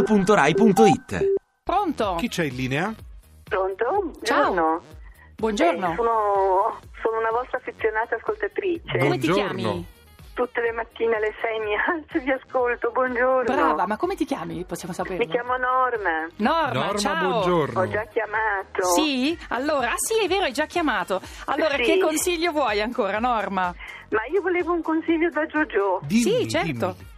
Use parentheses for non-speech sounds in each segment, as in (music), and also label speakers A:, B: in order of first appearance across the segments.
A: radio2pod.rai.it
B: Pronto?
C: Chi c'è in linea?
D: Pronto?
B: Ciao.
D: Buongiorno.
B: Buongiorno.
D: Eh, sono, sono una vostra affezionata ascoltatrice.
B: Come ti
C: Buongiorno.
B: chiami?
D: Tutte le mattine alle 6 mi alzo e vi ascolto. Buongiorno.
B: Brava, ma come ti chiami? Possiamo saperlo.
D: Mi chiamo Norma.
B: Norma,
C: Norma,
B: Ah, ciao.
C: buongiorno.
D: Ho già chiamato.
B: Sì? Allora, ah sì, è vero, hai già chiamato. Allora,
D: Sì.
B: che consiglio vuoi ancora, Norma?
D: Ma io volevo un consiglio da Giorgio.
C: Dimmi,
B: sì, certo.
C: dimmi.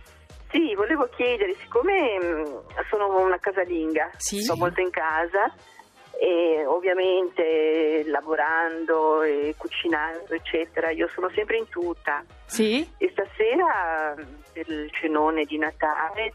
D: Sì, volevo chiedere, siccome mh, sono una casalinga,
B: Sì.
D: sto molto in casa e ovviamente lavorando e cucinando eccetera, io sono sempre in tuta.
B: Sì?
D: E stasera mh, per il cenone di Natale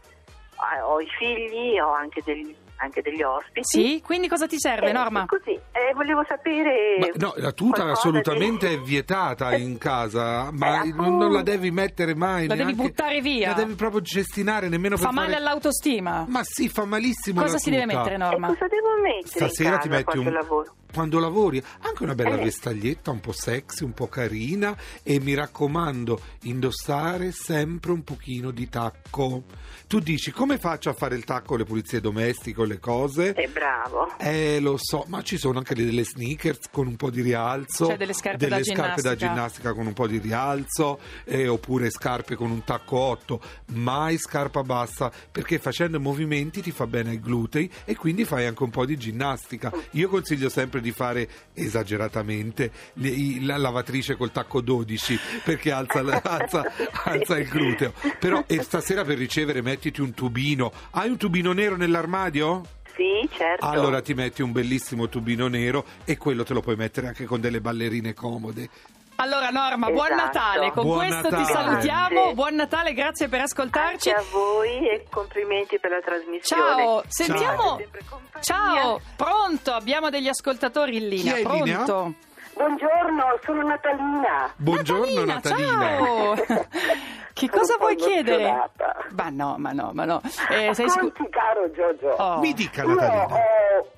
D: ah, ho i figli, ho anche, del- anche degli ospiti.
B: Sì? Quindi cosa ti serve,
D: Eh,
B: Norma?
D: Così, eh, volevo sapere...
C: Ma no, la tuta
D: qualcosa
C: assolutamente
D: di-
C: è vietata in casa, ma
D: Eh,
C: non, non la
D: appunto.
C: devi mettere mai.
B: La devi
C: neanche-
B: buttare via.
C: La devi proprio gestinare nemmeno
B: Fa
C: per
B: male
C: fare-
B: all'autostima.
C: Ma sì, fa malissimo
B: cosa
C: la
B: si deve
C: tuta.
B: mettere,
D: E
B: Norma?
D: Eh, cosa devo mettere in
C: Stasera
D: casa
C: ti metti
D: quando
C: un
D: lavoro?
C: quando lavori anche una bella
D: Eh.
C: vestaglietta un po' sexy, un po' carina e mi raccomando indossare sempre un pochino di tacco. Tu dici come faccio a fare il tacco le pulizie domestiche, o le cose?
D: Eh, bravo.
C: Eh, lo so, ma ci sono anche delle sneakers con un po' di rialzo.
B: Cioè, delle scarpe da
C: delle scarpe da
B: ginnastica.
C: ginnastica con un po' di rialzo, eh, oppure scarpe con un tacco 8. Mai scarpa bassa, perché facendo movimenti ti fa bene ai glutei e quindi fai anche un po' di ginnastica. Io consiglio sempre di fare esageratamente le- i- la lavatrice col tacco 12, perché alza,
B: (laughs)
C: la- alza- alza il gluteo. Però e stasera per ricevere mettiti un tubino. Hai un tubino nero nell'armadio?
D: Sì, certo.
C: Allora ti metti un bellissimo tubino nero e quello te lo puoi mettere anche con delle ballerine comode.
B: Allora, Norma, buon
D: Esatto.
B: Natale. Con
C: Buon
B: questo ti
C: Natale.
B: salutiamo.
D: Grazie.
B: Buon Natale, grazie per ascoltarci.
D: Anche a voi e complimenti per la trasmissione.
B: Ciao, sentiamo.
D: Siete sempre compagnia.
B: Ciao, pronto, abbiamo degli ascoltatori in linea.
C: Chi è in
B: pronto?
C: linea?
D: Buongiorno, sono Natalina.
C: Buongiorno Natalina.
B: Ciao. che
D: Sono
B: cosa
D: un po'
B: vuoi chiedere?
D: emozionata.
B: Ma no, ma no, ma no. Eh, sei sicuro?
D: Ascolti, caro Giorgio.
B: Oh.
C: Mi dica
D: Io
C: Natalina.
D: ho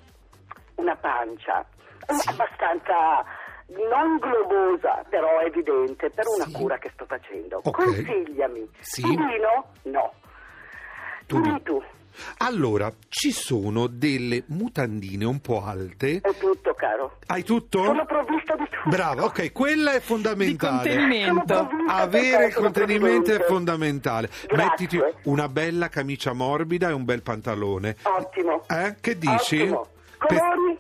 D: una pancia abbastanza non globosa, però evidente, per una
C: Sì.
D: cura che sto facendo.
C: Ok.
D: Consigliami.
C: Sì.
D: Pulino? No.
C: Tu-
D: Dimmi tu,
C: Allora, ci sono delle mutandine un po' alte.
D: è tutto caro.
C: Hai tutto?
D: Sono provvista di tutto.
C: Brava, ok, quella è
B: Di
C: fondamentale.
D: Sono
B: contenimento.
D: provvista,
C: Avere il
D: sono
C: contenimento è
D: provvista.
C: fondamentale.
D: Grazie.
C: Mettiti una bella camicia morbida e un bel pantalone.
D: Ottimo.
C: Eh? Che dici?
D: Ottimo.
C: Pe-
D: Colori?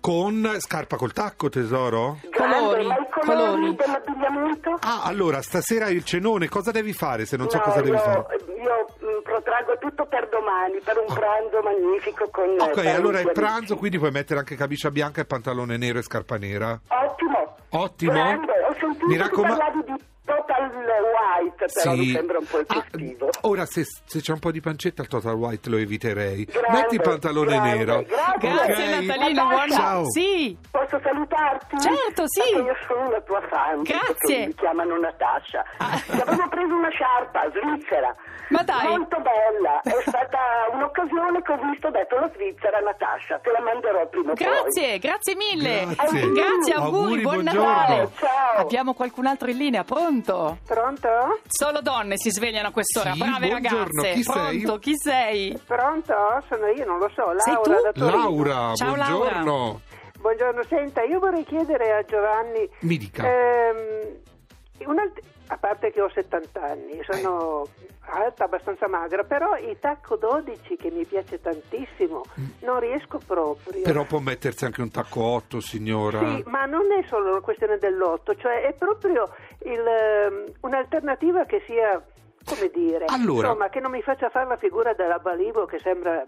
C: Con scarpa col tacco, tesoro?
B: Colori,
D: Grande, ma i colori,
B: colori.
D: dell'abbigliamento?
C: Ah, allora, stasera il cenone, cosa devi fare se non so
D: No,
C: cosa devi
D: io,
C: fare? Oh.
D: Io mh, protraggo tutto per domani, per un pranzo magnifico con eh,
C: Ok,
D: tanti
C: allora il
D: amici.
C: pranzo, quindi puoi mettere anche camicia bianca e pantalone nero e scarpa nera.
D: Ottimo.
C: Ottimo.
D: Grande, ho sentito
C: Mi
D: Mi
C: raccoma-
D: parlavi di total white, però mi sembra un po'
C: Ah,
D: eccessivo.
C: ora, se, se c'è un po' di pancetta al Total White lo eviterei.
D: Grande,
C: Metti il pantalone
D: grande,
C: nero.
D: grande.
B: Grazie
C: Ok?
B: Natalino, buon
C: Ciao.
B: Sì,
D: Posso salutarti?
B: Certo, sì.
D: Perché io sono una tua fan.
B: Grazie. Ah.
D: perché Mi chiamano Natascia. Ti avevo preso una sciarpa svizzera.
B: Ma dai.
D: Molto bella.
B: (laughs)
D: È stata un'occasione che ho visto, ho detto la Svizzera, Natascia. Te la manderò prima o poi.
B: grazie, grazie mille.
C: Grazie.
B: auguri,
C: Auguri,
B: buon
C: buongiorno.
B: Natale.
D: Ciao.
B: Abbiamo qualcun altro in linea, pronto?
E: Pronto?
B: Solo donne si svegliano a quest'ora,
C: Sì,
B: brave
C: buongiorno,
B: ragazze.
C: chi sei?
B: pronto, chi sei?
E: Pronto? Sono io, non lo so, Laura
B: Sei tu?
E: da Torino.
C: Laura,
B: Ciao, Laura.
C: buongiorno.
E: Buongiorno, senta, io vorrei chiedere a Giovanni...
C: Mi dica.
E: ehm, un'alt- a parte che ho 70 anni, sono
C: Eh.
E: alta, abbastanza magra, però il tacco 12 che mi piace tantissimo, non riesco proprio.
C: Mm. Però può mettersi anche un tacco 8, signora.
E: Sì, ma non è solo una questione dell'otto, cioè è proprio il, ehm, un'alternativa che sia, come dire,
C: Allora.
E: insomma, che non mi faccia fare la figura della Balivo che sembra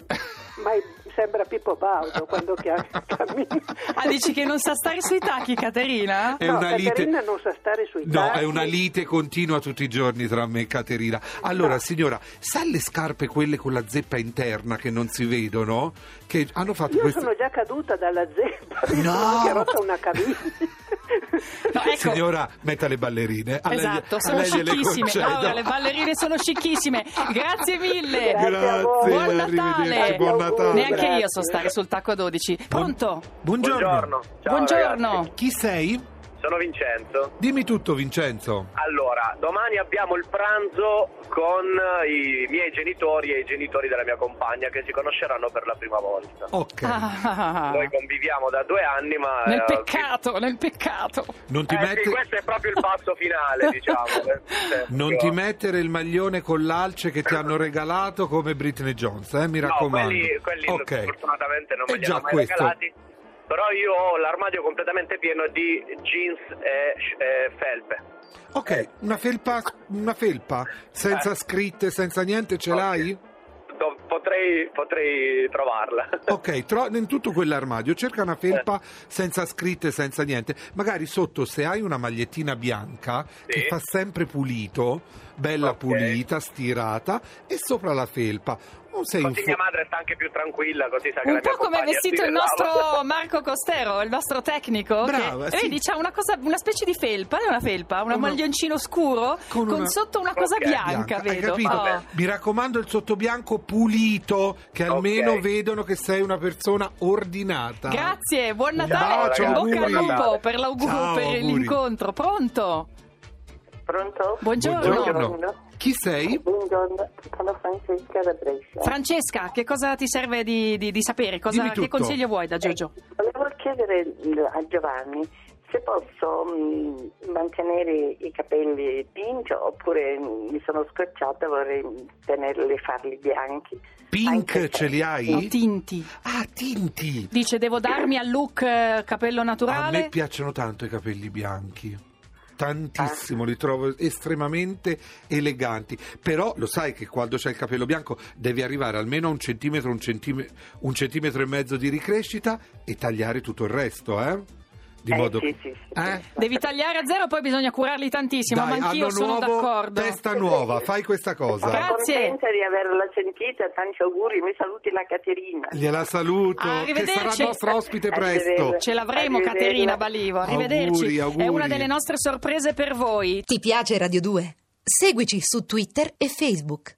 E: ma sembra Pippo Baudo
C: (laughs)
E: quando chia- cammina.
B: Ah, dici che non sa stare sui tacchi, Caterina?
C: È
E: No,
C: una lite-
E: Caterina non sa stare sui
C: No,
E: tacchi.
C: è una lite continua tutti i giorni tra me e Caterina. Allora,
E: No.
C: signora, sa le scarpe quelle con la zeppa interna che non si vedono? Che hanno fatto
E: Io
C: queste-
E: sono già caduta dalla zeppa, mi
C: No!
E: sono anche rotta una caviglia.
B: No, ecco.
C: Signora, metta le ballerine. A lei-
B: Esatto,
C: a
B: sono
C: lei gliele
B: scicchissime.
C: concedo.
B: Laura, le ballerine sono scicchissime. Grazie mille.
E: Grazie a voi.
B: Buon
C: Grazie,
B: Natale.
C: arrivederci, buon Natale.
B: Neanche
E: Grazie.
B: io so stare sul tacco a 12. Pronto?
C: Buongiorno.
A: Buongiorno. Ciao,
B: Buongiorno.
A: ragazzi.
C: Chi sei?
A: Sono Vincenzo.
C: Dimmi tutto, Vincenzo.
A: Allora, domani abbiamo il pranzo con i miei genitori e i genitori della mia compagna che si conosceranno per la prima volta.
C: Ok,
B: Ah,
A: Noi conviviamo da due anni, ma...
B: nel
A: eh,
B: peccato, nel peccato.
C: non ti,
A: eh, sì,
C: mette-
A: questo è proprio il passo
B: (laughs)
A: finale, diciamo.
C: non ti mettere il maglione con l'alce che ti hanno regalato come Britney Jones, eh, mi
A: No,
C: raccomando.
A: quelli, quelli
C: Ok.
A: fortunatamente non
C: Eh
A: me li
C: già,
A: hanno mai
C: questo.
A: regalati. Però io ho l'armadio completamente pieno di jeans e, e felpe.
C: Ok, una felpa, una felpa senza
A: Eh.
C: scritte, senza niente, ce
A: Ok.
C: l'hai?
A: Do- Potrei, potrei trovarla.
B: Oh,
C: Ok, tro- in tutto quell'armadio cerca una
A: Certo.
C: felpa senza scritte, senza niente. Magari sotto, se hai una magliettina bianca che fa sempre pulito, bella
A: Ok.
C: pulita, stirata, e sopra la felpa. O sei un
A: Così
C: fo-
A: mia madre sta anche più tranquilla, così sa che
B: Un
A: la mia
B: po' come è
A: compagna
B: vestito
A: si
B: il
A: lava. (laughs)
B: nostro Marco Costero, il nostro tecnico.
C: Brava,
B: che,
C: sì.
B: Vedi, c'ha una, cosa, una specie di felpa, non è una felpa, un
C: Una-
B: maglioncino scuro
C: con
B: con,
C: una-
B: sotto una cosa
A: Ok,
B: bianca,
C: hai
B: vedo.
C: capito?
B: Oh.
C: Mi raccomando il sottobianco pulito, che
A: Ok.
C: almeno vedono che sei una persona ordinata.
B: Grazie, buon
C: Ciao,
B: Natale,
A: ragazzi,
B: in bocca al
A: auguri.
B: lupo per, l'augurio,
C: Ciao,
B: per
C: auguri.
B: l'incontro. Pronto?
D: Pronto?
B: Buongiorno.
C: Buongiorno. Chi sei?
D: Buongiorno, sono Francesca da Brescia.
B: Francesca, che cosa ti serve di, di- di sapere? Cosa-
C: Dimmi
B: che
C: tutto.
B: consiglio vuoi da Giorgio?
D: Eh, Volevo chiedere eh, a Giovanni se posso mh, mantenere i capelli pink oppure mh, mi sono scocciata e vorrei mh, tenerli, farli bianchi.
C: Pink
D: Anche
C: ce li hai?
B: No, tinti.
C: ah, tinti.
B: Dice, devo darmi al look eh, capello
C: A me
B: naturale?
C: piacciono tanto i capelli bianchi. Tantissimo, li trovo estremamente eleganti. Però lo sai che quando c'è il capello bianco devi arrivare almeno a un centimetro, un, centime- un centimetro e mezzo di ricrescita e tagliare tutto il resto, eh? Di
D: Eh,
C: modo
D: sì, sì, sì, sì.
C: Eh?
B: Devi tagliare a zero, poi bisogna curarli tantissimo,
C: Dai,
B: ma anch'io
C: anno
B: sono
C: nuovo,
B: d'accordo.
C: Testa nuova, fai questa cosa.
B: Grazie.
D: Sono contenta di averla sentita, tanti auguri, mi saluti la Caterina.
C: Gliela saluto, che sarà
B: Arrivederci.
C: nostra ospite presto.
D: Arrivederci.
B: Ce l'avremo
D: Arrivederla.
B: Caterina Balivo, arrivederci.
C: Auguri, auguri.
B: È una delle nostre sorprese per voi.
F: Ti piace Radio 2? Seguici su Twitter e Facebook.